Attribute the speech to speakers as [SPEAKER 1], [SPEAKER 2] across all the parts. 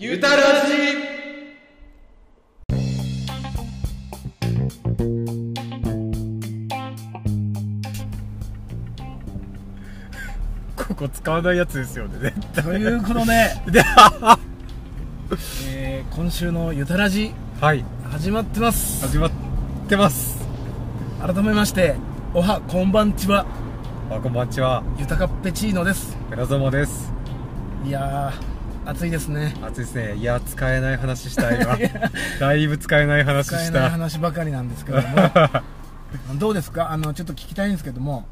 [SPEAKER 1] ゆたらじ
[SPEAKER 2] ここ使わないやつですよね絶対
[SPEAKER 3] ということで、
[SPEAKER 2] で
[SPEAKER 3] えー今週のゆたらじ
[SPEAKER 2] はい
[SPEAKER 3] 始まってます
[SPEAKER 2] 始まってます
[SPEAKER 3] 改めましておはこんばんちは
[SPEAKER 2] あこんばんちは
[SPEAKER 3] ゆたかっぺチーノです
[SPEAKER 2] 村園です
[SPEAKER 3] いやー暑いですね
[SPEAKER 2] 暑いですねいや使えない話した 今だいぶ使えない話
[SPEAKER 3] 使え
[SPEAKER 2] し
[SPEAKER 3] ない
[SPEAKER 2] た
[SPEAKER 3] 話ばかりなんですけど もどうですかあのちょっと聞きたいんですけども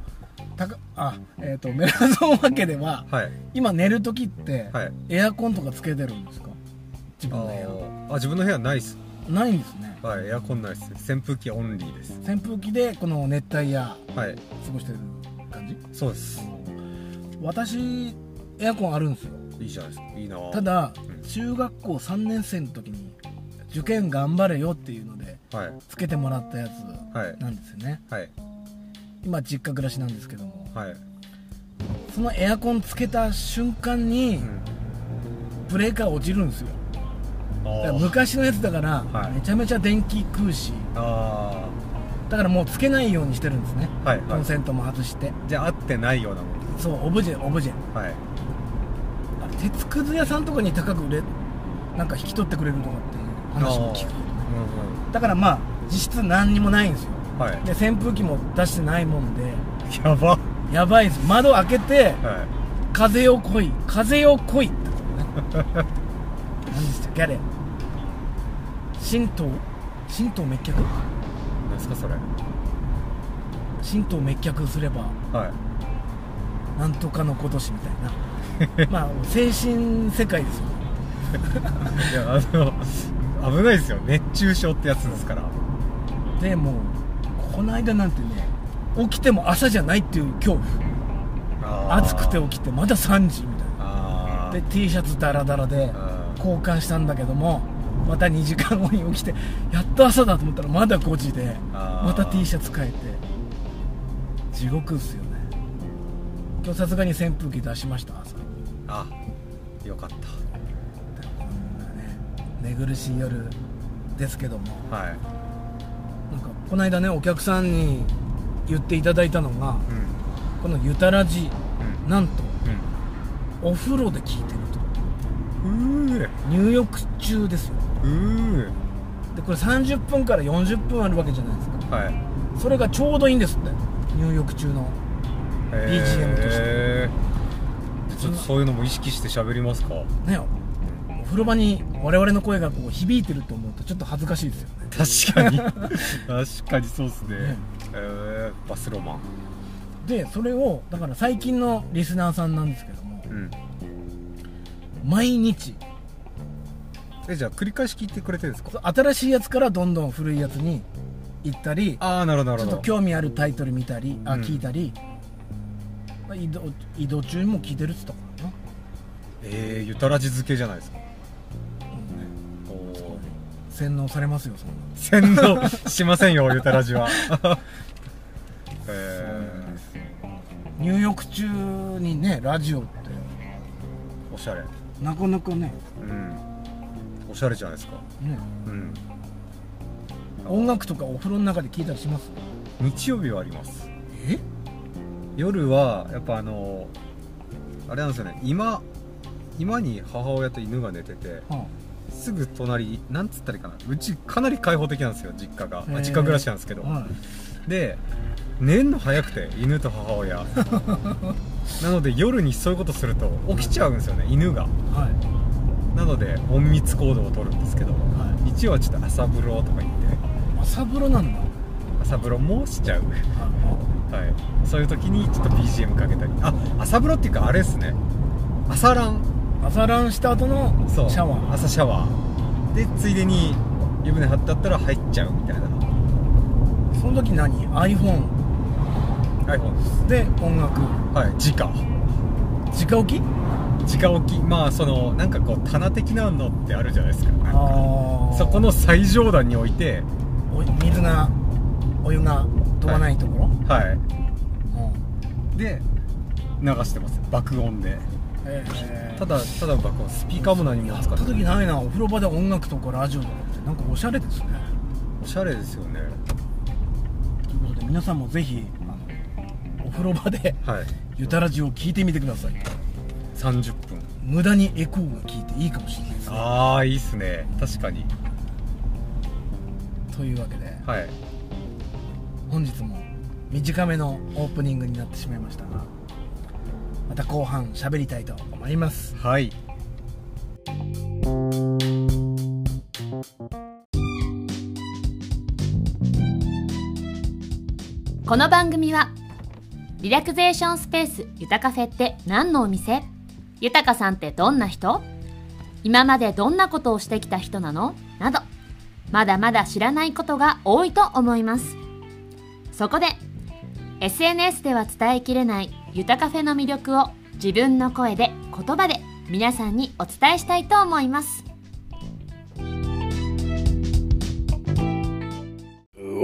[SPEAKER 3] たかあえっ、とメラゾン家では
[SPEAKER 2] はい
[SPEAKER 3] 今寝る時って、
[SPEAKER 2] はい
[SPEAKER 3] エアコンとかつけてるんですか自
[SPEAKER 2] あ
[SPEAKER 3] 分の部
[SPEAKER 2] ーあ自分の部屋ないっす
[SPEAKER 3] 屋ないんですね
[SPEAKER 2] はいエアコンないっす扇風機オンリーです
[SPEAKER 3] 扇風機でこの熱帯夜
[SPEAKER 2] はい
[SPEAKER 3] 過ごしてる感じ
[SPEAKER 2] そうです
[SPEAKER 3] 私エアコンあるんですよ
[SPEAKER 2] いいじゃないですかいいな
[SPEAKER 3] ただ
[SPEAKER 2] うん
[SPEAKER 3] 中学校3年生の時に受験頑張れよっていうので
[SPEAKER 2] はい
[SPEAKER 3] つけてもらったや
[SPEAKER 2] はい
[SPEAKER 3] つなんですよね
[SPEAKER 2] はい
[SPEAKER 3] 今実家暮らしなんですけども
[SPEAKER 2] はい、
[SPEAKER 3] そのエアコンつけた瞬間に
[SPEAKER 2] うん、
[SPEAKER 3] ブレーカー落ちるんですよだから
[SPEAKER 2] あー
[SPEAKER 3] 昔のやつだから
[SPEAKER 2] はい
[SPEAKER 3] めちゃめちゃ電気食うし
[SPEAKER 2] あ
[SPEAKER 3] だからもうつけないようにしてるんですね
[SPEAKER 2] ーはい
[SPEAKER 3] コ
[SPEAKER 2] は
[SPEAKER 3] ン
[SPEAKER 2] い
[SPEAKER 3] セントも外して
[SPEAKER 2] じゃあ合ってないようなもん
[SPEAKER 3] そうオブジェオブジェ
[SPEAKER 2] はい
[SPEAKER 3] あれ鉄くず屋さんとかに高く売れなんか引き取ってくれるとかっていう話も聞く
[SPEAKER 2] う
[SPEAKER 3] だからまあ実質何にもないんですよ
[SPEAKER 2] んうんはい
[SPEAKER 3] で扇風機も出してないもんで
[SPEAKER 2] やば
[SPEAKER 3] やばいです窓開けて
[SPEAKER 2] は
[SPEAKER 3] 風よ来い風よ来いってことね何でしたっけあれ神道神道滅却
[SPEAKER 2] い何ですかそれは
[SPEAKER 3] 神道滅却すれば
[SPEAKER 2] い
[SPEAKER 3] なんとかの今年みたいなまあ精神世界ですよ
[SPEAKER 2] いやあの危ないですよ熱中症ってやつですから
[SPEAKER 3] でもうこの間なんてね起きても朝じゃないっていう恐怖暑くて起きてまだ3時みたい
[SPEAKER 2] あ
[SPEAKER 3] な
[SPEAKER 2] ー
[SPEAKER 3] で T シャツダラダラで
[SPEAKER 2] あー
[SPEAKER 3] 交換したんだけどもまた2時間後に起きてやっと朝だと思ったらまだ5時で
[SPEAKER 2] あー
[SPEAKER 3] また T シャツ変えて地獄っすよね今日さすがに扇風機出しました朝
[SPEAKER 2] あよかっ
[SPEAKER 3] こんなね寝苦しい夜ですけども
[SPEAKER 2] たはい
[SPEAKER 3] なんかこの間ねお客さんに言っていただいたのが
[SPEAKER 2] うん
[SPEAKER 3] この「ゆたらじ」なんと
[SPEAKER 2] う
[SPEAKER 3] お風呂で聞いてると
[SPEAKER 2] んうんうー
[SPEAKER 3] 入浴中ですよ
[SPEAKER 2] うー
[SPEAKER 3] でこれ30分から40分あるわけじゃないですか
[SPEAKER 2] はい
[SPEAKER 3] それがちょうどいいんですって入浴中の BGM として
[SPEAKER 2] へーちょっとそういうのも意識して喋りますか
[SPEAKER 3] ねお風呂場に我々の声がこう響いてると思うとちょっと恥ずかしいですよね
[SPEAKER 2] 確 かに確かにそうですね
[SPEAKER 3] ね
[SPEAKER 2] えーバスロマン
[SPEAKER 3] でそれをだから最近のリスナーさんなんですけども
[SPEAKER 2] うん
[SPEAKER 3] 毎日
[SPEAKER 2] えじゃあ繰り返し聞いてくれてるんですか
[SPEAKER 3] 新しいやつからどんどん古いやつに行ったり
[SPEAKER 2] ああなるほどなる
[SPEAKER 3] ちょっ
[SPEAKER 2] ほ
[SPEAKER 3] と
[SPEAKER 2] ど
[SPEAKER 3] 興味あるタイトル見たりあ
[SPEAKER 2] うん
[SPEAKER 3] 聞いたり、まあ移動移動中にも聞いてるっつったからな
[SPEAKER 2] えー、ゆたらじ漬けじゃないですかおー
[SPEAKER 3] 洗脳されますよそんなの
[SPEAKER 2] 洗脳しませ んよゆたらじはえ
[SPEAKER 3] 入浴中にねラジオって
[SPEAKER 2] ー、おしゃれ
[SPEAKER 3] なかなかね
[SPEAKER 2] うんおしゃれじゃないですか
[SPEAKER 3] ね
[SPEAKER 2] うん
[SPEAKER 3] 音楽とかお風呂の中で聞いたりします
[SPEAKER 2] 日曜日はあります
[SPEAKER 3] え
[SPEAKER 2] 夜はやっぱあのあれなんですよね今今に母親と犬が寝てて
[SPEAKER 3] は
[SPEAKER 2] すぐ隣なんつったらいいかなうちかなり開放的なんですよ実家が、
[SPEAKER 3] へ
[SPEAKER 2] まあ、
[SPEAKER 3] ー
[SPEAKER 2] 実家暮らしなんですけど、
[SPEAKER 3] あ、はい、
[SPEAKER 2] で寝るの早くて犬と母 親なので夜にそういうことすると起きちゃうんですよね犬が
[SPEAKER 3] はい
[SPEAKER 2] なので隠密行動を取るんですけど
[SPEAKER 3] は
[SPEAKER 2] 日曜はちょっと朝風呂とか言って
[SPEAKER 3] 朝風呂なんだ、
[SPEAKER 2] 朝風呂もしちゃう
[SPEAKER 3] は
[SPEAKER 2] はいそういう時にちょっと BGM かけたりあ朝風呂っていうかあれですね朝ラン
[SPEAKER 3] い、朝ランした後の
[SPEAKER 2] そう
[SPEAKER 3] シャワー
[SPEAKER 2] 朝シャワーでついでに湯船張ってあったら入っちゃうみたいな
[SPEAKER 3] その時何 iPhone
[SPEAKER 2] iPhone です
[SPEAKER 3] で音楽
[SPEAKER 2] はい直
[SPEAKER 3] 直置き
[SPEAKER 2] 直置きまあそのなんかこう棚的なのってあるじゃないですかなんか
[SPEAKER 3] あー
[SPEAKER 2] そこの最上段に置いて
[SPEAKER 3] お水がお湯が飛ばないところ、
[SPEAKER 2] は
[SPEAKER 3] うん
[SPEAKER 2] いで流してます爆音で
[SPEAKER 3] えー
[SPEAKER 2] ただただ爆音スピーカーも何も
[SPEAKER 3] やっ
[SPEAKER 2] 使
[SPEAKER 3] た
[SPEAKER 2] ってない
[SPEAKER 3] 時ないなお風呂場で音楽とかラジオとかってなんかおしゃれですね
[SPEAKER 2] おしゃれですよね
[SPEAKER 3] ということで皆さんもぜひあのお風呂場で
[SPEAKER 2] はい
[SPEAKER 3] ゆたラジオを聞いてみてください
[SPEAKER 2] 30分
[SPEAKER 3] 無駄にエコーが効いていいかもしれないですね
[SPEAKER 2] ああいいっすね確かに
[SPEAKER 3] というわけで
[SPEAKER 2] はい
[SPEAKER 3] 本日も短めのオープニングになってしまいましたがまた後半喋りたいと思います
[SPEAKER 2] はい
[SPEAKER 1] この番組はリラクゼーションスペースゆたカフェって何のお店ゆたかさんってどんな人今までどんなことをしてきた人なのなどまだまだ知らないことが多いと思いますそこで SNS では伝えきれないゆたカフェの魅力を自分の声で言葉で皆さんにお伝えしたいと思います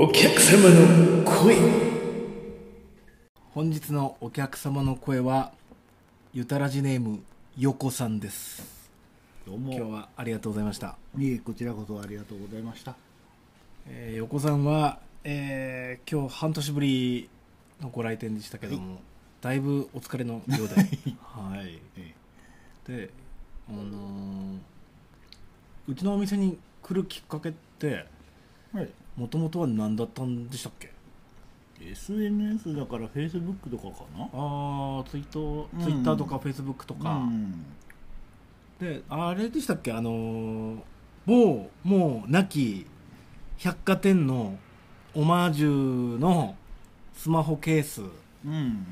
[SPEAKER 3] お客様の声本日のお客様の声はゆたらじネームよこさんです
[SPEAKER 4] どう
[SPEAKER 3] 今日
[SPEAKER 4] も
[SPEAKER 3] はありがとうございました
[SPEAKER 4] いえこちらこそありがとうございました
[SPEAKER 3] えー、横さんは、えー今日半年ぶりのご来店でしたけども、だいぶお疲れのようではい
[SPEAKER 4] い、え
[SPEAKER 3] で、あのーうちのお店に来るきっかけって
[SPEAKER 4] えはい、
[SPEAKER 3] もともとは何だったんでしたっけ
[SPEAKER 4] SNS だから Facebook とかかな
[SPEAKER 3] ああツイート、
[SPEAKER 4] うん
[SPEAKER 3] ツイッターとかフェイスブックとか、
[SPEAKER 4] うん
[SPEAKER 3] であれでしたっけあのー某もう亡き百貨店のオマージュのスマホケース
[SPEAKER 4] うん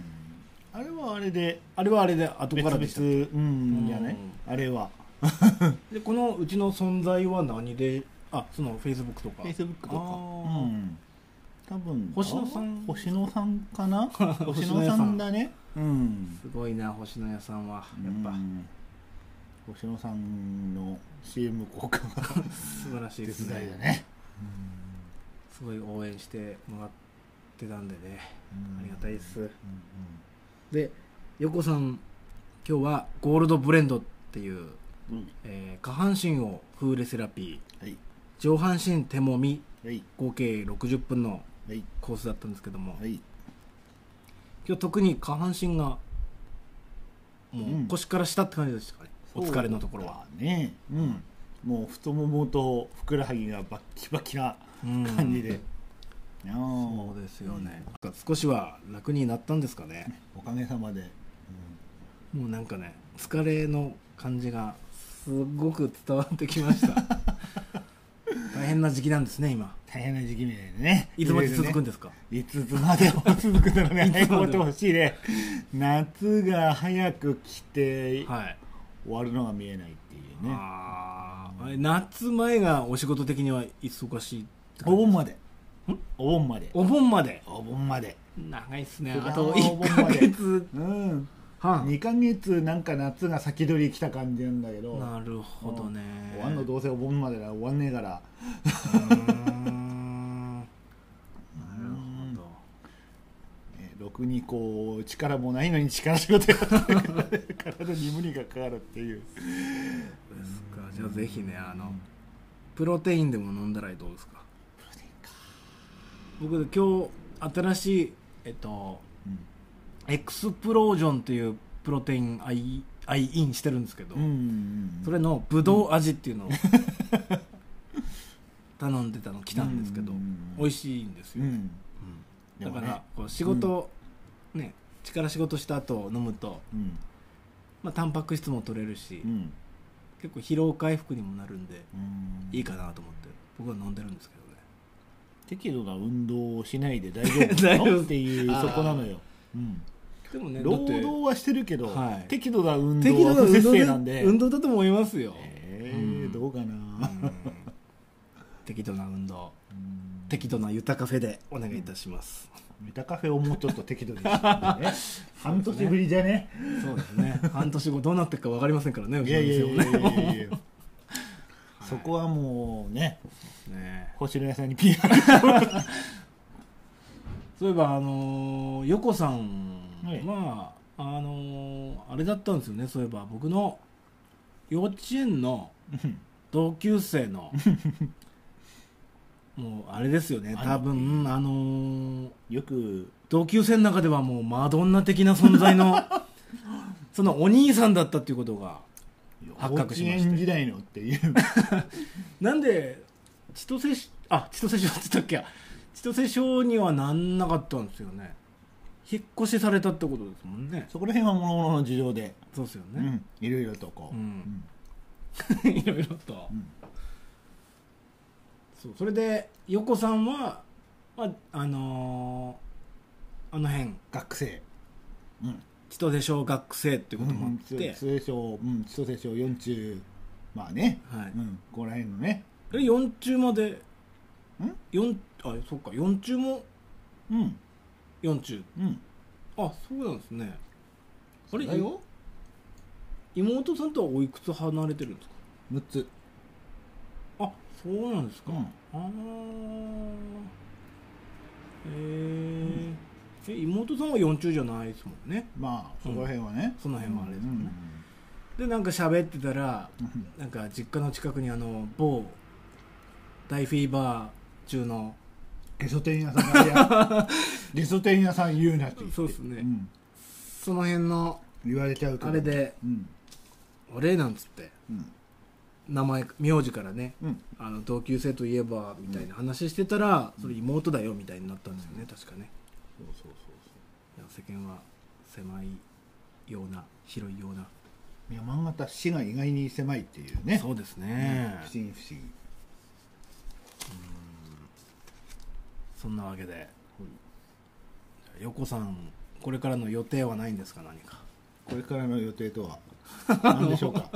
[SPEAKER 4] あれはあれで
[SPEAKER 3] あれはあれで後からでした
[SPEAKER 4] 別々うんじゃね
[SPEAKER 3] う
[SPEAKER 4] あれは
[SPEAKER 3] でこのうちの存在は何であそのフェイスブックとか
[SPEAKER 4] Facebook とか
[SPEAKER 3] あー
[SPEAKER 4] うん多分
[SPEAKER 3] 星野さん
[SPEAKER 4] あ星野さん かな星野さんだねうん
[SPEAKER 3] すごいな星野屋さんはやっぱ、
[SPEAKER 4] うん星野さんの CM 効果 が
[SPEAKER 3] 素晴らしいです
[SPEAKER 4] 絶大だ
[SPEAKER 3] ね
[SPEAKER 4] ね
[SPEAKER 3] すごい応援してもらってたんでねありがたいです、
[SPEAKER 4] うんうん
[SPEAKER 3] で横さん今日はゴールドブレンドっていう、
[SPEAKER 4] うん
[SPEAKER 3] えー下半身をフーレセラピー
[SPEAKER 4] はい
[SPEAKER 3] 上半身手もみ
[SPEAKER 4] はい
[SPEAKER 3] 合計60分の
[SPEAKER 4] はい
[SPEAKER 3] コースだったんですけども、
[SPEAKER 4] はい
[SPEAKER 3] 今日特に下半身が
[SPEAKER 4] う
[SPEAKER 3] もうん腰から下って感じでしたかね、お疲れのところは
[SPEAKER 4] そうだねうんもう太ももとふくらはぎがバッキバキな
[SPEAKER 3] うん
[SPEAKER 4] 感じで、ああ
[SPEAKER 3] そうですよね、少しは楽になったんですかね
[SPEAKER 4] おかげさまで、
[SPEAKER 3] もうなんかね疲れの感じがすごく伝わってきました 大変な時期なんですね今
[SPEAKER 4] 大変な時期みたいでね
[SPEAKER 3] いつまで続くん
[SPEAKER 4] だ
[SPEAKER 3] ですか、
[SPEAKER 4] いつまでも続くならね 早
[SPEAKER 3] いつ
[SPEAKER 4] く終
[SPEAKER 3] までも
[SPEAKER 4] わってほしいね夏が早く来て、
[SPEAKER 3] はい
[SPEAKER 4] 終わるのが見えないっていうね
[SPEAKER 3] あーあれ夏前がお仕事的には忙しいって感
[SPEAKER 4] お
[SPEAKER 3] じ
[SPEAKER 4] 盆までお盆まで
[SPEAKER 3] お盆まで
[SPEAKER 4] お盆まで
[SPEAKER 3] 長いっすね
[SPEAKER 4] うわー
[SPEAKER 3] あと
[SPEAKER 4] お
[SPEAKER 3] 1
[SPEAKER 4] 盆ま
[SPEAKER 3] ヶ
[SPEAKER 4] で
[SPEAKER 3] 月
[SPEAKER 4] うん
[SPEAKER 3] 半
[SPEAKER 4] 2ヶ月なんか夏が先取り来た感じなんだけど
[SPEAKER 3] なるほどね
[SPEAKER 4] 終わんのどうせお盆までなら終わんねえから
[SPEAKER 3] うーんなるほど
[SPEAKER 4] ねろくにこう力もないのに力仕事やってるからね体に無理がかかるっていう
[SPEAKER 3] ですかじゃあぜひねあのプロテインでも飲んだらどうですか僕今日新しいえっと、エクスプロージョンっていうプロテインアイアイインしてるんですけど、
[SPEAKER 4] ん
[SPEAKER 3] それのぶどう味っていうのを頼んでたの来たんですけど、
[SPEAKER 4] うん
[SPEAKER 3] 美味しいんです
[SPEAKER 4] う
[SPEAKER 3] よ、
[SPEAKER 4] ん
[SPEAKER 3] だか
[SPEAKER 4] でもね
[SPEAKER 3] らこう仕事、ね力仕事した後飲むと、
[SPEAKER 4] うん
[SPEAKER 3] まあ、タンパク質も取れるし、
[SPEAKER 4] うん
[SPEAKER 3] 結構疲労回復にもなるんで、
[SPEAKER 4] うん
[SPEAKER 3] いいかなと思って僕は飲んでるんですけどね
[SPEAKER 4] 適度な運動をしないで大丈夫
[SPEAKER 3] 大
[SPEAKER 4] な
[SPEAKER 3] 丈夫
[SPEAKER 4] のっていう
[SPEAKER 3] あー
[SPEAKER 4] そこなのよ、うん
[SPEAKER 3] でもね
[SPEAKER 4] 労働はしてるけど、
[SPEAKER 3] はい
[SPEAKER 4] 適度な運
[SPEAKER 3] 適
[SPEAKER 4] 動
[SPEAKER 3] 度な
[SPEAKER 4] は不
[SPEAKER 3] 運
[SPEAKER 4] 摂
[SPEAKER 3] 動
[SPEAKER 4] 生なんで
[SPEAKER 3] で運動だと思いますよ、
[SPEAKER 4] え
[SPEAKER 3] うん
[SPEAKER 4] ー、どうかな、
[SPEAKER 3] うん適度な運動適度なゆたカフェでお願いいたします、
[SPEAKER 4] メタカフェをもうちょっと適度にしてね 半年ぶりじゃね
[SPEAKER 3] そうですね半年後どうなってるか分かりませんからねう
[SPEAKER 4] い
[SPEAKER 3] ちの
[SPEAKER 4] やいや
[SPEAKER 3] 店
[SPEAKER 4] い
[SPEAKER 3] もね
[SPEAKER 4] やいやいやいやそこはもうね
[SPEAKER 3] ね
[SPEAKER 4] 星野屋さんに PR
[SPEAKER 3] そういえばあのー、横さん
[SPEAKER 4] はい
[SPEAKER 3] は、あのーあれだったんですよねそういえば僕の幼稚園の
[SPEAKER 4] うん
[SPEAKER 3] 同級生 のもうあれですよね多分あのー
[SPEAKER 4] よく
[SPEAKER 3] 同級生の中ではもうマドンナ的な存在の そのお兄さんだったっていうことが
[SPEAKER 4] 幼
[SPEAKER 3] 発
[SPEAKER 4] 稚
[SPEAKER 3] 覚しました
[SPEAKER 4] 園時代のっていう
[SPEAKER 3] なんで千歳しあ千歳症って言ったっけ千歳症にはなんなかったんですよね引っ越しされたってことですもんね
[SPEAKER 4] そこら辺は諸々の事情で、
[SPEAKER 3] そうですよ
[SPEAKER 4] う
[SPEAKER 3] ね、
[SPEAKER 4] ん、いろいろとこう、
[SPEAKER 3] うん
[SPEAKER 4] うん
[SPEAKER 3] いろいろと、
[SPEAKER 4] ん
[SPEAKER 3] そうそれで横さんは、まあ、あのーあの辺
[SPEAKER 4] 学生、うん、
[SPEAKER 3] 千歳小学生っていうこともあって、
[SPEAKER 4] うん千歳小、うん、千歳小四中まあね、
[SPEAKER 3] はい
[SPEAKER 4] うん、ここら辺のね、
[SPEAKER 3] え4中まで四あそっか4中も
[SPEAKER 4] うん、
[SPEAKER 3] 4中
[SPEAKER 4] うん、
[SPEAKER 3] あそうなんですねあれ
[SPEAKER 4] だよ、
[SPEAKER 3] 妹さんとはおいくつ離れてるんですか
[SPEAKER 4] 六つ、
[SPEAKER 3] あそうなんですか、
[SPEAKER 4] うん
[SPEAKER 3] ああへええ妹さんは4中じゃないですもんね
[SPEAKER 4] まあそこら辺はね、
[SPEAKER 3] その辺はあれですよね
[SPEAKER 4] うん
[SPEAKER 3] でなんか喋ってたら
[SPEAKER 4] うん
[SPEAKER 3] なんか実家の近くにあの某大フィーバー中の
[SPEAKER 4] ゲソ天屋さんが いやゲソ天屋さん言うなって言って
[SPEAKER 3] そうですね
[SPEAKER 4] ん
[SPEAKER 3] その辺の
[SPEAKER 4] 言われちゃうと
[SPEAKER 3] あれで
[SPEAKER 4] うん
[SPEAKER 3] 俺なんつって
[SPEAKER 4] うん
[SPEAKER 3] 名前名字からね
[SPEAKER 4] うん
[SPEAKER 3] あの同級生といえばみたいな話してたら、それ妹だよみたいになったんですよね、確かね
[SPEAKER 4] そうそうそうそ
[SPEAKER 3] いや世間は狭いような広いような、
[SPEAKER 4] う山形市が意外に狭いっていうね
[SPEAKER 3] そうですね、
[SPEAKER 4] 不思議不思議
[SPEAKER 3] そんなわけで、じゃあ横さんこれからの予定はないんですか何か
[SPEAKER 4] これからの予定 とは何でしょうか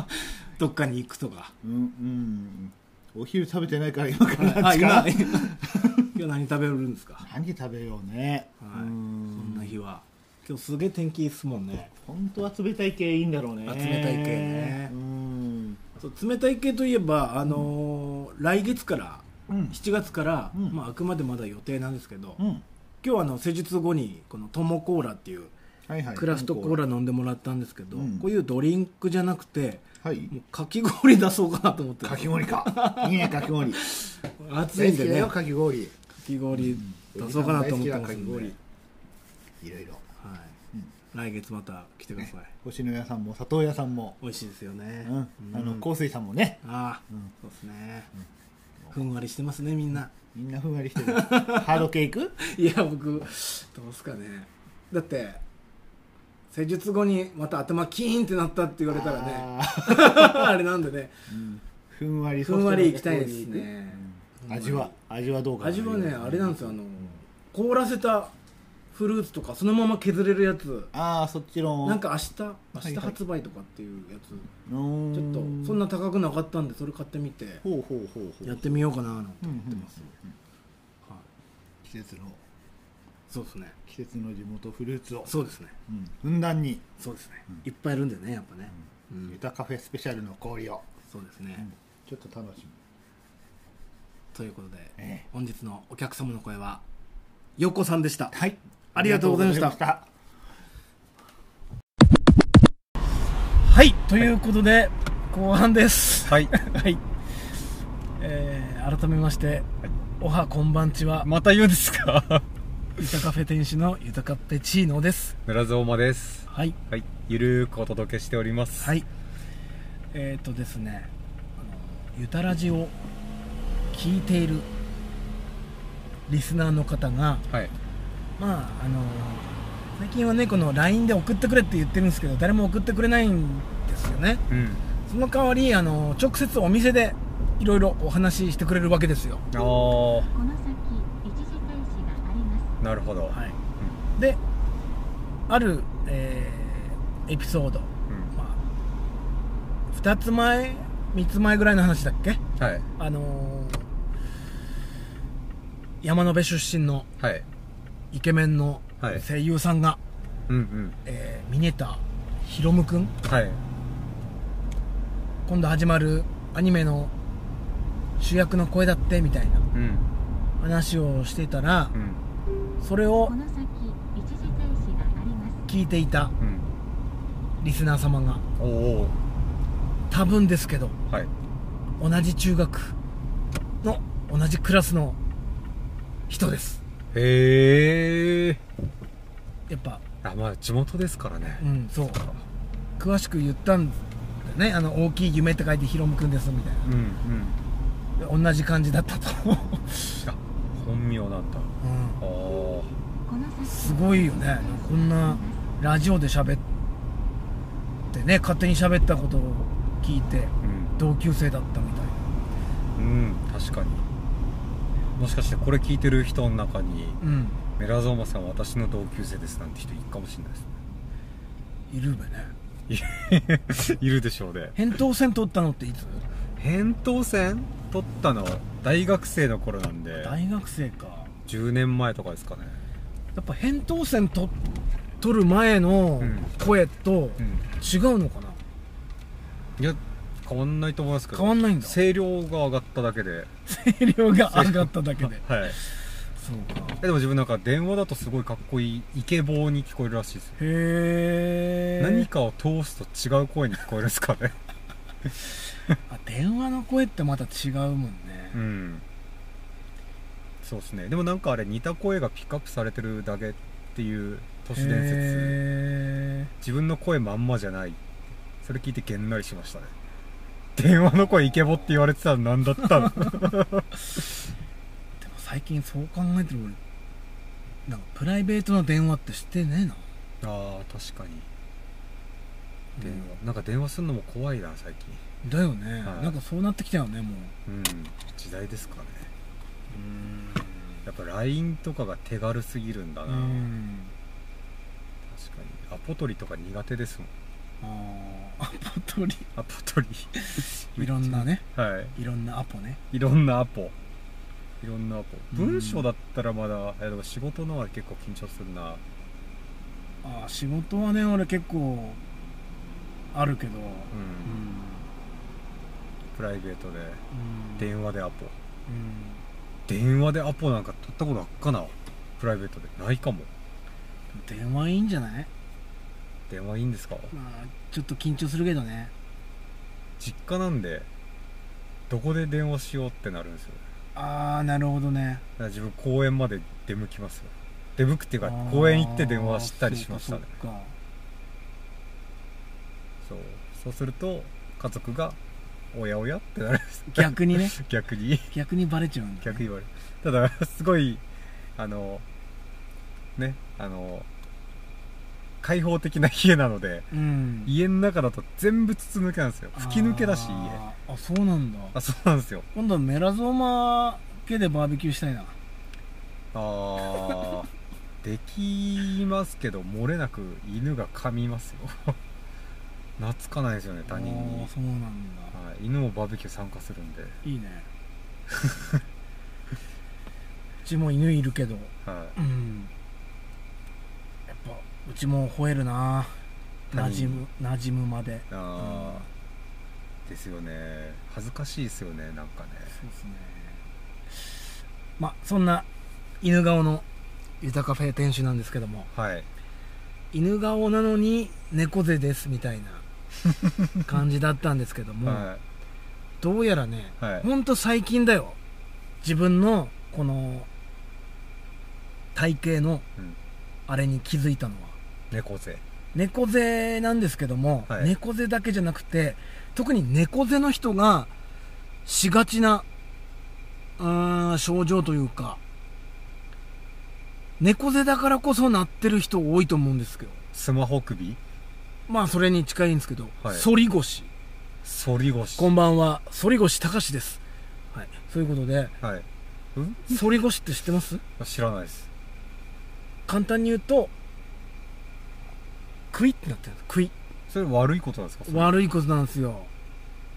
[SPEAKER 3] どっかに行くとか
[SPEAKER 4] うんうんお昼食べてないから今から
[SPEAKER 3] あ
[SPEAKER 4] ですか
[SPEAKER 3] 今今日何食べるんですか、はい、
[SPEAKER 4] 何食べようね
[SPEAKER 3] そ
[SPEAKER 4] うん
[SPEAKER 3] んな日は今日すげえ天気いいっすもんね
[SPEAKER 4] 本当は冷たい系いいんだろうね
[SPEAKER 3] あ冷たい系ね
[SPEAKER 4] うん
[SPEAKER 3] そう冷たい系といえば、あのー来月から
[SPEAKER 4] うん
[SPEAKER 3] 7月から、
[SPEAKER 4] うん
[SPEAKER 3] まあ、あくまでまだ予定なんですけど、
[SPEAKER 4] う
[SPEAKER 3] 今
[SPEAKER 4] ん
[SPEAKER 3] 日はあの施術後にこのトモコーラっていう
[SPEAKER 4] はいはい
[SPEAKER 3] クラフトコーラ飲んでもらったんですけど、
[SPEAKER 4] うん
[SPEAKER 3] こういうドリンクじゃなくて
[SPEAKER 4] はい
[SPEAKER 3] もうかき氷出そうかなと思って
[SPEAKER 4] かき氷かいいねかき氷
[SPEAKER 3] 暑い
[SPEAKER 4] 大
[SPEAKER 3] ん
[SPEAKER 4] 好
[SPEAKER 3] で
[SPEAKER 4] きだ
[SPEAKER 3] ね
[SPEAKER 4] よ
[SPEAKER 3] か
[SPEAKER 4] かき氷
[SPEAKER 3] き氷出そうかなと思ってますんで、
[SPEAKER 4] お
[SPEAKER 3] はい
[SPEAKER 4] じさん大好きなかき氷いろいろ
[SPEAKER 3] 来月また来てください、
[SPEAKER 4] 星野屋さんも佐藤屋さんも、
[SPEAKER 3] 美味しいですよ
[SPEAKER 4] う
[SPEAKER 3] ね、
[SPEAKER 4] ん
[SPEAKER 3] うん
[SPEAKER 4] あの香水さんもね
[SPEAKER 3] ああ、
[SPEAKER 4] うん
[SPEAKER 3] そうですね、ふんわりしてますねみんな
[SPEAKER 4] みんなふんわりして るハードケーク
[SPEAKER 3] いや僕どうすかねだって施術後にまた頭キーンってなったって言われたらね
[SPEAKER 4] あー
[SPEAKER 3] あれなんでね
[SPEAKER 4] ふんわり
[SPEAKER 3] ふんわりいきたいですね
[SPEAKER 4] うん味は味はどうかな
[SPEAKER 3] 味はねあれなんですよあの凍らせたフルーツとかそのまま削れるやつ
[SPEAKER 4] ああそっちの
[SPEAKER 3] なんか明日明
[SPEAKER 4] は
[SPEAKER 3] 日
[SPEAKER 4] いはい
[SPEAKER 3] 発売とかっていうやつ、
[SPEAKER 4] うーん
[SPEAKER 3] ちょっとそんな高くなかったんでそれ買ってみて
[SPEAKER 4] ほうほうほうほう
[SPEAKER 3] やってみようかななんて
[SPEAKER 4] うんう
[SPEAKER 3] 思
[SPEAKER 4] ん
[SPEAKER 3] ってます、はい、
[SPEAKER 4] 季節の
[SPEAKER 3] そうですね
[SPEAKER 4] 季節の地元フルーツを
[SPEAKER 3] そうですね
[SPEAKER 4] うんふんだんに
[SPEAKER 3] そうですね、いっぱいいるんでねやっぱね、うん
[SPEAKER 4] ゆたカフェスペシャルの氷を
[SPEAKER 3] そうですね、
[SPEAKER 4] ちょっと楽しみ
[SPEAKER 3] ということで、
[SPEAKER 4] ええ
[SPEAKER 3] 本日のお客様の声は横さんでした
[SPEAKER 4] はい
[SPEAKER 3] ありがとうございました
[SPEAKER 4] ありがとうございました
[SPEAKER 3] はいということで後半です
[SPEAKER 2] はい
[SPEAKER 3] はい、えー改めまして、おはこんばんちは、
[SPEAKER 2] また言うんですか
[SPEAKER 3] ゆたカフェ店主のゆたかっぺチーノです。
[SPEAKER 2] 村蔵馬です
[SPEAKER 3] はい、
[SPEAKER 2] はいゆるーくお届けしております
[SPEAKER 3] はい、えっ、ー、とですね、あのゆたラジを聞いているリスナーの方が、
[SPEAKER 2] はい
[SPEAKER 3] まあ、あの最近はね、この LINE で送ってくれって言ってるんですけど、誰も送ってくれないんですよね。
[SPEAKER 2] うん
[SPEAKER 3] その代わり、あの直接お店でいろいろお話ししてくれるわけですよ。
[SPEAKER 2] あー
[SPEAKER 5] この先一時停止があります
[SPEAKER 2] なるほど、
[SPEAKER 3] はい、である、えーエピソード、
[SPEAKER 2] うん
[SPEAKER 3] まあ、2つ前3つ前ぐらいの話だっけ
[SPEAKER 2] はい
[SPEAKER 3] あのー山野辺出身の
[SPEAKER 2] はい
[SPEAKER 3] イケメンの
[SPEAKER 2] はい
[SPEAKER 3] 声優さんが、
[SPEAKER 2] うん
[SPEAKER 3] えーミネタヒロムくん
[SPEAKER 2] うんはい
[SPEAKER 3] 今度始まるアニメの主役の声だってみたいな
[SPEAKER 2] うん
[SPEAKER 3] 話をしてたら
[SPEAKER 2] うん
[SPEAKER 3] それを
[SPEAKER 5] この先一時停止があります
[SPEAKER 3] 聞いていた
[SPEAKER 2] うん
[SPEAKER 3] リスナー様が
[SPEAKER 2] おお
[SPEAKER 3] 多分ですけど
[SPEAKER 2] はい
[SPEAKER 3] 同じ中学の同じクラスの人です
[SPEAKER 2] へえ
[SPEAKER 3] やっぱ
[SPEAKER 2] あまあ地元ですからね
[SPEAKER 3] うんそう詳しく言ったんだねあの大きい夢って書いてヒロムくんですみたい
[SPEAKER 2] うんうん
[SPEAKER 3] な同じ感じだったと、
[SPEAKER 2] あ本名なんだ
[SPEAKER 3] うん
[SPEAKER 2] あー
[SPEAKER 5] この先
[SPEAKER 3] すごいよねこんなラジオで喋ってね勝手に喋ったことを聞いて
[SPEAKER 2] うん
[SPEAKER 3] 同級生だったみたい
[SPEAKER 2] うん確かにもしかしてこれ聞いてる人の中に
[SPEAKER 3] なうん
[SPEAKER 2] メラゾーマさんは私の同級生ですなんて人いるかもしれないです
[SPEAKER 3] いるべね
[SPEAKER 2] いるでしょうね
[SPEAKER 3] 扁桃腺取ったのっていつ
[SPEAKER 2] 扁桃腺取ったの大学生の頃なんで
[SPEAKER 3] 大学生か
[SPEAKER 2] 10年前とかですかね
[SPEAKER 3] やっぱ扁桃腺と取る前の
[SPEAKER 2] うん
[SPEAKER 3] 声と
[SPEAKER 2] うん
[SPEAKER 3] 違うのかな、
[SPEAKER 2] いや変わんないと思いますけど
[SPEAKER 3] 変わんないんだ
[SPEAKER 2] 声量が上がっただけで
[SPEAKER 3] 声量が上がっただけで
[SPEAKER 2] はい
[SPEAKER 3] そうか
[SPEAKER 2] えでも自分なんか電話だとすごいかっこいいイケボーに聞こえるらしいですよ、
[SPEAKER 3] へえ
[SPEAKER 2] 何かを通すと違う声に聞こえるんですかね
[SPEAKER 3] あ電話の声ってまた違うもんね、
[SPEAKER 2] うんそうですねでもなんかあれ似た声がピックアップされてるだけっていう都市伝説
[SPEAKER 3] へ
[SPEAKER 2] 自分の声まんまじゃないそれ聞いてげんなりしましたね 電話の声イケボって言われてたの何だ ったの
[SPEAKER 3] ーでも最近そう考えてる俺なんかプライベートの電話ってしてねえな
[SPEAKER 2] あー確かに電
[SPEAKER 3] うん
[SPEAKER 2] 話なんか電話するのも怖いな最近
[SPEAKER 3] だよね、
[SPEAKER 2] はい
[SPEAKER 3] なんかそうなってきたよねもう
[SPEAKER 2] うん時代ですかね
[SPEAKER 3] うん
[SPEAKER 2] やっぱ LINE とかが手軽すぎるんだな、
[SPEAKER 3] うん
[SPEAKER 2] 確かにアポ取りとか苦手ですもん
[SPEAKER 3] あーアポ取
[SPEAKER 2] アポ取
[SPEAKER 3] りいろんなね
[SPEAKER 2] り はい
[SPEAKER 3] ろんなアポね
[SPEAKER 2] いいろんなアポいろんなアポ
[SPEAKER 3] うん
[SPEAKER 2] 文章だったらまだえでも仕事のは結構緊張するな
[SPEAKER 3] あー仕事はね俺結構あるけ
[SPEAKER 2] う
[SPEAKER 3] ど
[SPEAKER 2] ん、
[SPEAKER 3] うん
[SPEAKER 2] プライベートで
[SPEAKER 3] うん
[SPEAKER 2] 電話でアポ
[SPEAKER 3] うん
[SPEAKER 2] 電話でアポなんか取ったことあっかなプライベートでないかも
[SPEAKER 3] 電話いいんじゃない、
[SPEAKER 2] 電話いいんですか
[SPEAKER 3] まあ、ちょっと緊張するけどね
[SPEAKER 2] 実家なんでどこで電話しようってなるんですよ
[SPEAKER 3] ああなるほどね
[SPEAKER 2] だから自分公園まで出向きますよ出向くっていうか公園行って電話したりしましたね
[SPEAKER 3] あーそうか
[SPEAKER 2] そうそうすると家族が「おやおや?」ってなるんです
[SPEAKER 3] そうか逆にね
[SPEAKER 2] 逆に
[SPEAKER 3] 逆にバレちゃうんだ
[SPEAKER 2] 逆言われるただすごいあのねあの開放的な家なので
[SPEAKER 3] うん
[SPEAKER 2] 家の中だと全部筒抜けなんですよ吹き抜けだし家
[SPEAKER 3] あーあそうなんだ
[SPEAKER 2] あそうなんですよ
[SPEAKER 3] 今度メラゾーマ家でバーベキューしたいな
[SPEAKER 2] あーできますけど漏れなく犬が噛みますよ懐かないですよね他人に
[SPEAKER 3] あーそうなんだ
[SPEAKER 2] はい犬もバーベキュー参加するんで、
[SPEAKER 3] いいね うちも犬いるけど
[SPEAKER 2] は
[SPEAKER 3] うんやっぱうちも吠えるな
[SPEAKER 2] 他
[SPEAKER 3] 馴
[SPEAKER 2] 人
[SPEAKER 3] 染む馴染むまで
[SPEAKER 2] い、あーですよね恥ずかしいですよねなんかね
[SPEAKER 3] そうですねまあそんな犬顔のゆたカフェ店主なんですけども
[SPEAKER 2] はい
[SPEAKER 3] 犬顔なのに猫背ですみたいな 感じだったんですけども、
[SPEAKER 2] は
[SPEAKER 3] どうやらね、
[SPEAKER 2] いはい
[SPEAKER 3] ほんと最近だよ自分のこの体型の
[SPEAKER 2] うん
[SPEAKER 3] あれに気づいたのは
[SPEAKER 2] 猫背
[SPEAKER 3] 猫背なんですけども、
[SPEAKER 2] はい
[SPEAKER 3] 猫背だけじゃなくて特に猫背の人がしがちなうーん症状というか猫背だからこそなってる人多いと思うんですけど
[SPEAKER 2] スマホ首
[SPEAKER 3] まあそれに近いんですけど、
[SPEAKER 2] はい
[SPEAKER 3] 反り腰
[SPEAKER 2] 反り腰
[SPEAKER 3] こんばんは反り腰隆ですはいそういうことで
[SPEAKER 2] はい
[SPEAKER 3] 反り腰って知ってます
[SPEAKER 2] 知らないです
[SPEAKER 3] 簡単に言うとクイってなってるんですクイ
[SPEAKER 2] それ悪いことなんですかそれ
[SPEAKER 3] 悪いことなんですよ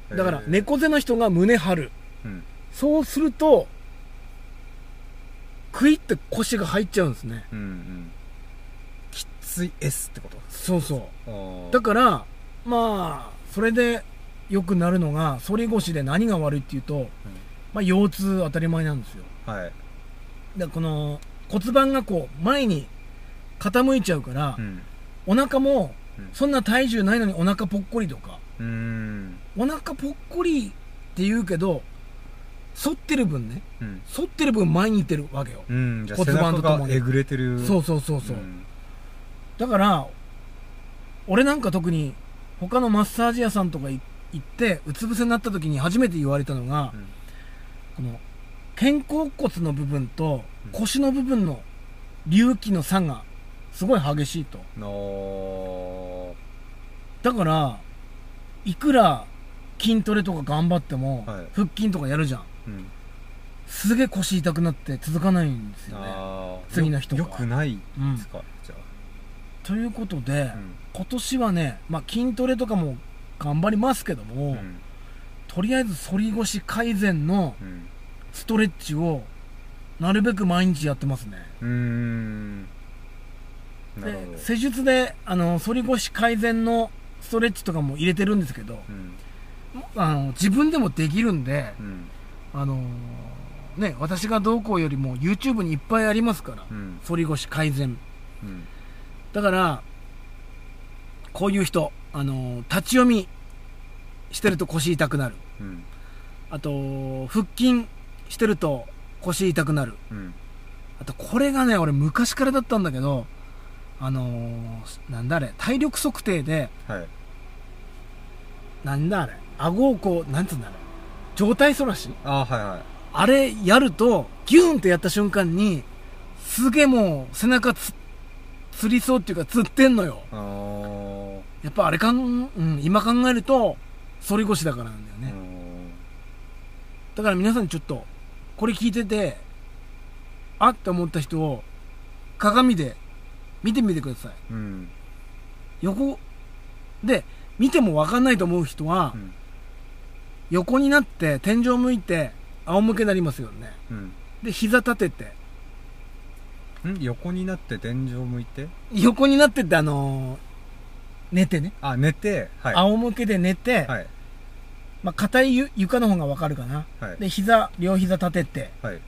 [SPEAKER 2] えー
[SPEAKER 3] だから猫背の人が胸張る
[SPEAKER 2] うん
[SPEAKER 3] そうするとクイって腰が入っちゃうんですね
[SPEAKER 2] うんうんきつい S ってこと
[SPEAKER 3] そうそ
[SPEAKER 2] あー
[SPEAKER 3] うだからまあそれで良くなるのが反り腰で何が悪いっていうと、まあ、腰痛当たり前なんですよ
[SPEAKER 2] はい
[SPEAKER 3] だからこの骨盤がこう前に傾いちゃうから
[SPEAKER 2] う、ん
[SPEAKER 3] お腹も
[SPEAKER 2] うん
[SPEAKER 3] そんな体重ないのにお腹ぽっこりとか
[SPEAKER 2] うーん
[SPEAKER 3] お腹ぽっこりって言うけど反ってる分ね
[SPEAKER 2] うん、
[SPEAKER 3] 反ってる分前に行ってるわけよ、
[SPEAKER 2] うん、じゃあ背
[SPEAKER 3] 骨盤
[SPEAKER 2] 中
[SPEAKER 3] ととも
[SPEAKER 2] が
[SPEAKER 3] に
[SPEAKER 2] えぐれてる
[SPEAKER 3] そううそうそうそう、
[SPEAKER 2] ん
[SPEAKER 3] だから俺なんか特に他のマッサージ屋さんとかい行ってうつ伏せになった時に初めて言われたのが、
[SPEAKER 2] うん
[SPEAKER 3] この肩甲骨の部分と腰の部分の隆起の差がすごい激しいと
[SPEAKER 2] の
[SPEAKER 3] だからいくら筋トレとか頑張っても、
[SPEAKER 2] はい
[SPEAKER 3] 腹筋とかやるじゃん
[SPEAKER 2] うん
[SPEAKER 3] すげえ腰痛くなって続かないんですよね、
[SPEAKER 2] あー
[SPEAKER 3] 次の人が
[SPEAKER 2] よよくないで
[SPEAKER 3] うん
[SPEAKER 2] すか、じゃ
[SPEAKER 3] ということで、
[SPEAKER 2] あ、うん
[SPEAKER 3] 今年はね、まあ、筋トレとかも頑張りますけど
[SPEAKER 2] う
[SPEAKER 3] も、
[SPEAKER 2] ん
[SPEAKER 3] とりあえず反り腰改善の
[SPEAKER 2] うん
[SPEAKER 3] ストレッチをなるべく毎日やってますね
[SPEAKER 2] うーんなる
[SPEAKER 3] で
[SPEAKER 2] ほど、
[SPEAKER 3] 施術であの反り腰改善のストレッチとかも入れてるんですけど
[SPEAKER 2] うん
[SPEAKER 3] あの自分でもできるんで
[SPEAKER 2] うん
[SPEAKER 3] あのね私がどうこうよりも YouTube にいっぱいありますから
[SPEAKER 2] うん
[SPEAKER 3] 反り腰改善
[SPEAKER 2] うん
[SPEAKER 3] だからこういう人あの立ち読みしてると腰痛くなる
[SPEAKER 2] うん
[SPEAKER 3] あと腹筋してると腰痛くなる
[SPEAKER 2] うん
[SPEAKER 3] あとこれがね俺昔からだったんだけどあのー、なんだあれ体力測定で
[SPEAKER 2] はい
[SPEAKER 3] なんだあれ顎をこうなんつうんだあれ上体反らし
[SPEAKER 2] あーはいはい
[SPEAKER 3] あれやるとギューンってやった瞬間にすげえもう背中つつりそうっていうかつってんのよ
[SPEAKER 2] あー
[SPEAKER 3] やっぱあれかん、うん、今考えると反り腰だからなんだよね、だから皆さんちょっとこれ聞いててあって思った人を鏡で見てみてください
[SPEAKER 2] うんうん
[SPEAKER 3] 横で見ても分かんないと思う人は、
[SPEAKER 2] うん
[SPEAKER 3] 横になって天井向いて仰向けになりますよね
[SPEAKER 2] うん
[SPEAKER 3] で膝立てて
[SPEAKER 2] ん横になって天井向いて
[SPEAKER 3] 横になってってあのー寝てね、
[SPEAKER 2] あ寝てはい
[SPEAKER 3] 仰向けで寝て、
[SPEAKER 2] はい
[SPEAKER 3] まあ硬いゆ床の方が分かるかな
[SPEAKER 2] はい
[SPEAKER 3] で膝両膝立てて
[SPEAKER 2] はい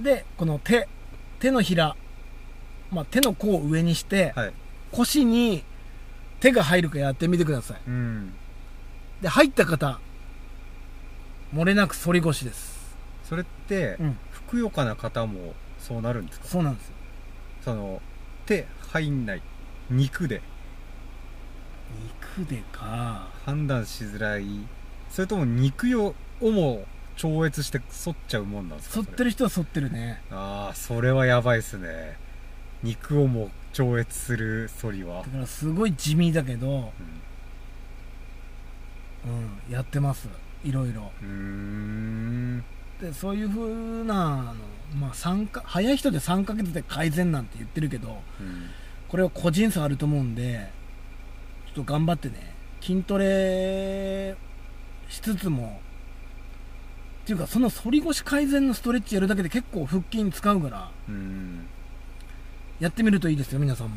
[SPEAKER 3] でこの手手のひら、まあ、手の甲を上にして、
[SPEAKER 2] はい
[SPEAKER 3] 腰に手が入るかやってみてください
[SPEAKER 2] うん
[SPEAKER 3] で入った方漏れなく反り腰です
[SPEAKER 2] それって、
[SPEAKER 3] うん
[SPEAKER 2] ふくよかな方もそうなるんですか
[SPEAKER 3] そうなんですよ
[SPEAKER 2] その手入んない肉で
[SPEAKER 3] 肉でか
[SPEAKER 2] 判断しづらいそれとも肉よをも超越して反っちゃうもんなんですか
[SPEAKER 3] 反って
[SPEAKER 2] る
[SPEAKER 3] る人は反ってるね
[SPEAKER 2] ああそれはやばいっすね肉をも超越する反りは
[SPEAKER 3] だ、からすごい地味だけど、うん、やってますいろいろ
[SPEAKER 2] うん、うーん
[SPEAKER 3] でそういうふうなあの、まあ、三か早い人で3ヶ月で改善なんて言ってるけど
[SPEAKER 2] うん
[SPEAKER 3] これは個人差あると思うんでちょっと頑張ってね筋トレしつつもっていうかその反り腰改善のストレッチやるだけで結構腹筋使うから
[SPEAKER 2] うん
[SPEAKER 3] やってみるといいですよ皆さんも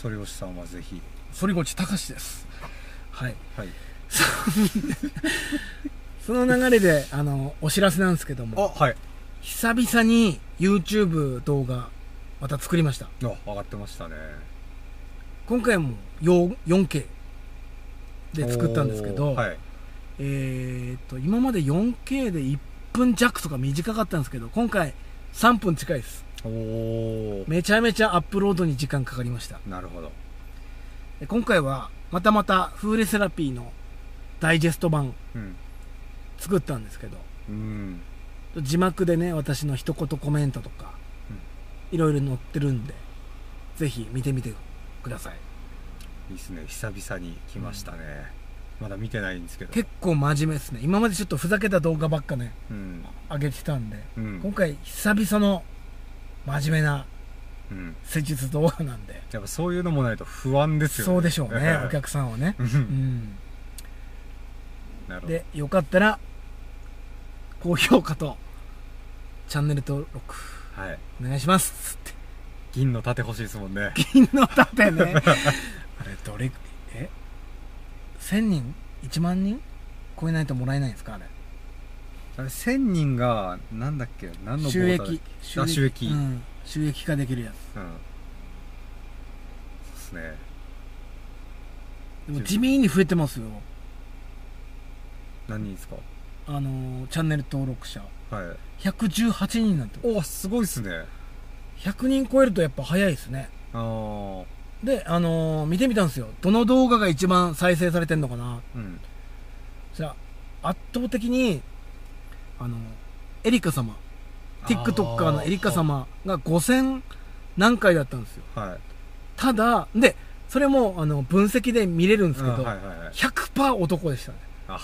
[SPEAKER 2] 反り腰さんはぜひ
[SPEAKER 3] 反り腰高しですはい
[SPEAKER 2] はい
[SPEAKER 3] その流れであのお知らせなんですけど
[SPEAKER 2] あ
[SPEAKER 3] も
[SPEAKER 2] はい
[SPEAKER 3] 久々に YouTube 動画また作りました
[SPEAKER 2] あ上がってましたね
[SPEAKER 3] 今回も 4- 4K で作ったんですけど、
[SPEAKER 2] おーはい
[SPEAKER 3] えーっと今まで 4K で1分弱とか短かったんですけど今回3分近いです
[SPEAKER 2] おお
[SPEAKER 3] めちゃめちゃアップロードに時間かかりました
[SPEAKER 2] なるほど
[SPEAKER 3] で今回はまたまたフーレセラピーのダイジェスト版
[SPEAKER 2] うん
[SPEAKER 3] 作ったんですけど
[SPEAKER 2] うん
[SPEAKER 3] 字幕でね私の一言コメントとか
[SPEAKER 2] うん
[SPEAKER 3] いろいろ載ってるんでぜひ見てみてください
[SPEAKER 2] いいっすね久々に来ましたね、まだ見てないんですけど
[SPEAKER 3] 結構真面目ですね今までちょっとふざけた動画ばっかね
[SPEAKER 2] うん
[SPEAKER 3] 上げてたんで
[SPEAKER 2] うん
[SPEAKER 3] 今回久々の真面目な
[SPEAKER 2] うん
[SPEAKER 3] 施術動画なんで
[SPEAKER 2] やっぱそういうのもないと不安ですよね
[SPEAKER 3] そうでしょうねお
[SPEAKER 2] 客
[SPEAKER 3] 客さんはね、
[SPEAKER 2] う
[SPEAKER 3] うんん、
[SPEAKER 2] なるほど
[SPEAKER 3] でよかったら高評価とチャンネル登録
[SPEAKER 2] はい
[SPEAKER 3] お願いしますつって
[SPEAKER 2] 銀の盾欲しいですもんね
[SPEAKER 3] 銀の盾ね あれどれえ1000人1万人超えないともらえないんですかあれ
[SPEAKER 2] あれ1000人がなんだっけ何の
[SPEAKER 3] 収
[SPEAKER 2] 棒
[SPEAKER 3] 益
[SPEAKER 2] だあ収益
[SPEAKER 3] うん、収益化できるや
[SPEAKER 2] うんそうっすね
[SPEAKER 3] つでも地味に増えてますよ
[SPEAKER 2] 何人ですか
[SPEAKER 3] あのーチャンネル登録者
[SPEAKER 2] はい
[SPEAKER 3] 118人になって
[SPEAKER 2] おすごいっすね
[SPEAKER 3] 100人超えるとやっぱ早いですね
[SPEAKER 2] ああ
[SPEAKER 3] であのー見てみたんですよどの動画が一番再生されてんのかな
[SPEAKER 2] うん
[SPEAKER 3] じゃあ圧倒的にあのエリカ様 TikToker のエリカ様が5000何回だったんですよ
[SPEAKER 2] はい
[SPEAKER 3] ただでそれもあの分析で見れるんですけど、
[SPEAKER 2] あはいはい はい
[SPEAKER 3] 100%男でしたね
[SPEAKER 2] あ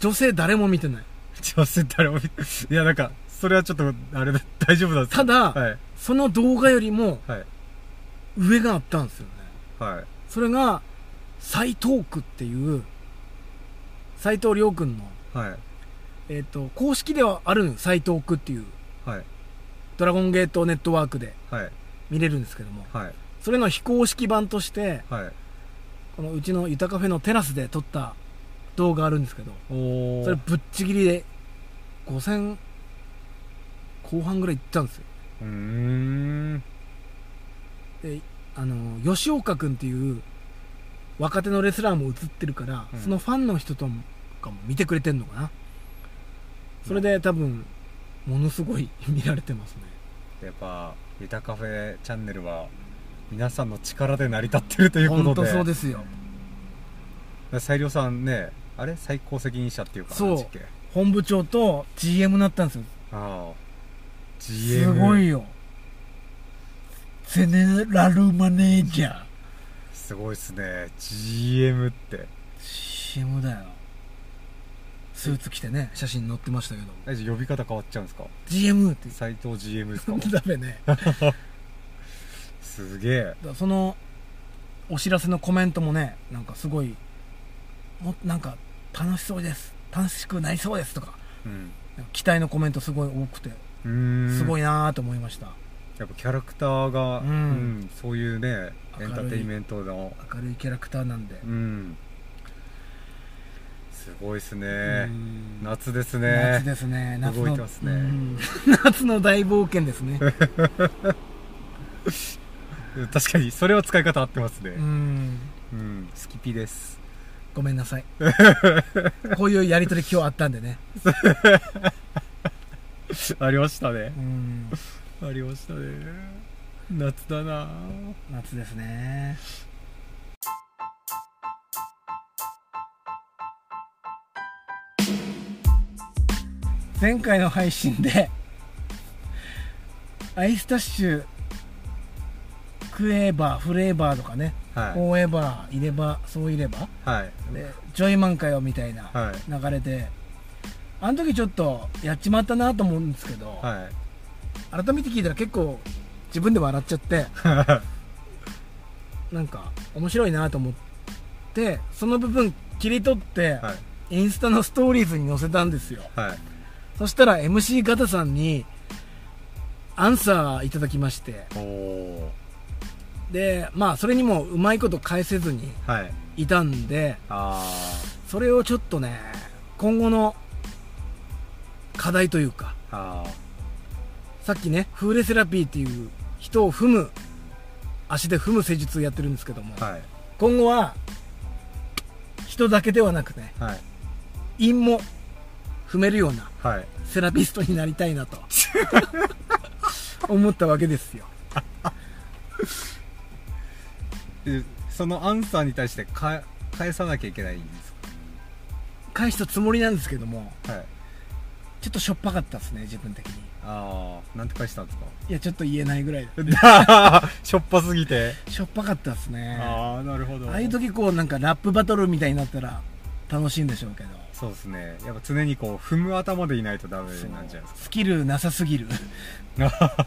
[SPEAKER 3] 女性誰も見てない
[SPEAKER 2] 女性誰も見ていやなんかそれはちょっとあれだ大丈夫なんですか
[SPEAKER 3] ただ
[SPEAKER 2] はい
[SPEAKER 3] その動画よりも
[SPEAKER 2] はい
[SPEAKER 3] 上があったんですよね
[SPEAKER 2] はい
[SPEAKER 3] それが斎藤区っていう斎藤亮君の、
[SPEAKER 2] はい
[SPEAKER 3] えっと公式ではある斎藤区っていう
[SPEAKER 2] はい
[SPEAKER 3] ドラゴンゲートネットワークで
[SPEAKER 2] はい
[SPEAKER 3] 見れるんですけども
[SPEAKER 2] はい
[SPEAKER 3] それの非公式版として
[SPEAKER 2] はい
[SPEAKER 3] このうちのゆたカフェのテラスで撮った動画あるんですけど
[SPEAKER 2] おお
[SPEAKER 3] それぶっちぎりで5000後半ぐらいいったんですよ
[SPEAKER 2] うーん
[SPEAKER 3] であの吉岡君っていう若手のレスラーも映ってるから、
[SPEAKER 2] うん
[SPEAKER 3] そのファンの人とかも見てくれてんのかなそれで多分ものすごい 見られてますね
[SPEAKER 2] やっぱ「ゆたカフェチャンネル」は皆さんの力で成り立ってるということで
[SPEAKER 3] 本当そうですよ
[SPEAKER 2] 裁量さんねあれ最高責任者っていうか
[SPEAKER 3] そう
[SPEAKER 2] なんだっけ
[SPEAKER 3] 本部長と GM になったんですよ
[SPEAKER 2] ああ
[SPEAKER 3] す
[SPEAKER 2] GM
[SPEAKER 3] ごいよゼネラルマネージャー
[SPEAKER 2] すごいっすね GM って
[SPEAKER 3] CM だよスーツ着てね写真載ってましたけど
[SPEAKER 2] えじゃあ呼び方変わっちゃうんですか
[SPEAKER 3] GM って
[SPEAKER 2] 斎藤 GM ですか
[SPEAKER 3] 言ってダメね
[SPEAKER 2] すげえ
[SPEAKER 3] だからそのお知らせのコメントもねなんかすごいもなんか楽しそうです楽しくなりそうですとか
[SPEAKER 2] うん
[SPEAKER 3] なんか期待のコメントすごい多くて
[SPEAKER 2] うーん
[SPEAKER 3] すご
[SPEAKER 2] い
[SPEAKER 3] いなーと思いました、
[SPEAKER 2] やっぱキャラクターが、
[SPEAKER 3] うん
[SPEAKER 2] うんそういうねエ
[SPEAKER 3] 明るい
[SPEAKER 2] ンターテインメントの
[SPEAKER 3] 明るいキャラクターなんで、
[SPEAKER 2] うんすごいっすね
[SPEAKER 3] うん
[SPEAKER 2] 夏ですね
[SPEAKER 3] 夏ですね夏の
[SPEAKER 2] 動いてますね
[SPEAKER 3] うん 夏の大冒険ですね
[SPEAKER 2] 確かにそれは使い方合ってます
[SPEAKER 3] う
[SPEAKER 2] ね
[SPEAKER 3] ん
[SPEAKER 2] うん、スキピです
[SPEAKER 3] ごめんな さいこういうやり取り今日あったんでね
[SPEAKER 2] ありましたね
[SPEAKER 3] うん
[SPEAKER 2] ありましたね夏だな
[SPEAKER 3] 夏ですね前回の配信でアイスタッシュクエーバーフレーバーとかね、
[SPEAKER 2] は
[SPEAKER 3] フォーエバーいればそういれば
[SPEAKER 2] いはい
[SPEAKER 3] でジョイマンかよみたいな
[SPEAKER 2] はい
[SPEAKER 3] 流れで、あの時ちょっとやっちまったなと思うんですけど、
[SPEAKER 2] はい
[SPEAKER 3] 改めて聞いたら結構自分で笑っち ゃってなんか面白いなと思ってその部分切り取って、
[SPEAKER 2] はい
[SPEAKER 3] インスタのストーリーズに載せたんですよ
[SPEAKER 2] はい
[SPEAKER 3] そしたら MC ガタさんにアンサーいただきまして
[SPEAKER 2] おお
[SPEAKER 3] でまあそれにもうまいこと返せずに
[SPEAKER 2] はい
[SPEAKER 3] いたんで
[SPEAKER 2] あ
[SPEAKER 3] それをちょっとね今後の課題というか
[SPEAKER 2] ーあ
[SPEAKER 3] さっきねフーレセラピーっていう人を踏む足で踏む施術をやってるんですけども、
[SPEAKER 2] ーはい
[SPEAKER 3] 今後は人だけではなくね
[SPEAKER 2] はい
[SPEAKER 3] 陰も踏めるような
[SPEAKER 2] はい
[SPEAKER 3] セラピストになりたい なと思ったわけですよ
[SPEAKER 2] えそのアンサーに対してか返さなきゃいけないんです
[SPEAKER 3] 返したつもりなんですけども
[SPEAKER 2] かはい
[SPEAKER 3] ちょっとしょっぱかったですね自分的に
[SPEAKER 2] ああなんて返したんですか
[SPEAKER 3] いやちょっと言えないぐらい
[SPEAKER 2] しょっぱすぎて
[SPEAKER 3] しょっぱかったですねあ
[SPEAKER 2] ああなるほど
[SPEAKER 3] あいう時こうなんかラップバトルみたいになったら楽しいんでしょうけど
[SPEAKER 2] そうですねやっぱ常にこう踏む頭でいないとダメなんじゃないです
[SPEAKER 3] スキルなさす ぎる
[SPEAKER 2] か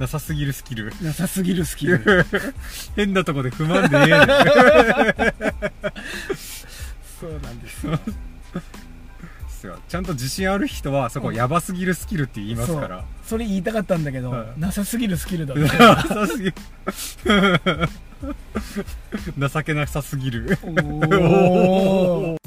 [SPEAKER 2] なさすぎるスキル
[SPEAKER 3] なさすぎるスキル
[SPEAKER 2] 変なとこで踏まんでええねん
[SPEAKER 3] そうなんですよ
[SPEAKER 2] ですよちゃんと自信ある人はそこやばすぎるスキルって言いますか
[SPEAKER 3] そう
[SPEAKER 2] ら
[SPEAKER 3] それ言いたかったんだけど、
[SPEAKER 2] はい
[SPEAKER 3] なさすぎるスキルだ ね
[SPEAKER 2] なさすぎる情けなさすぎる
[SPEAKER 3] おー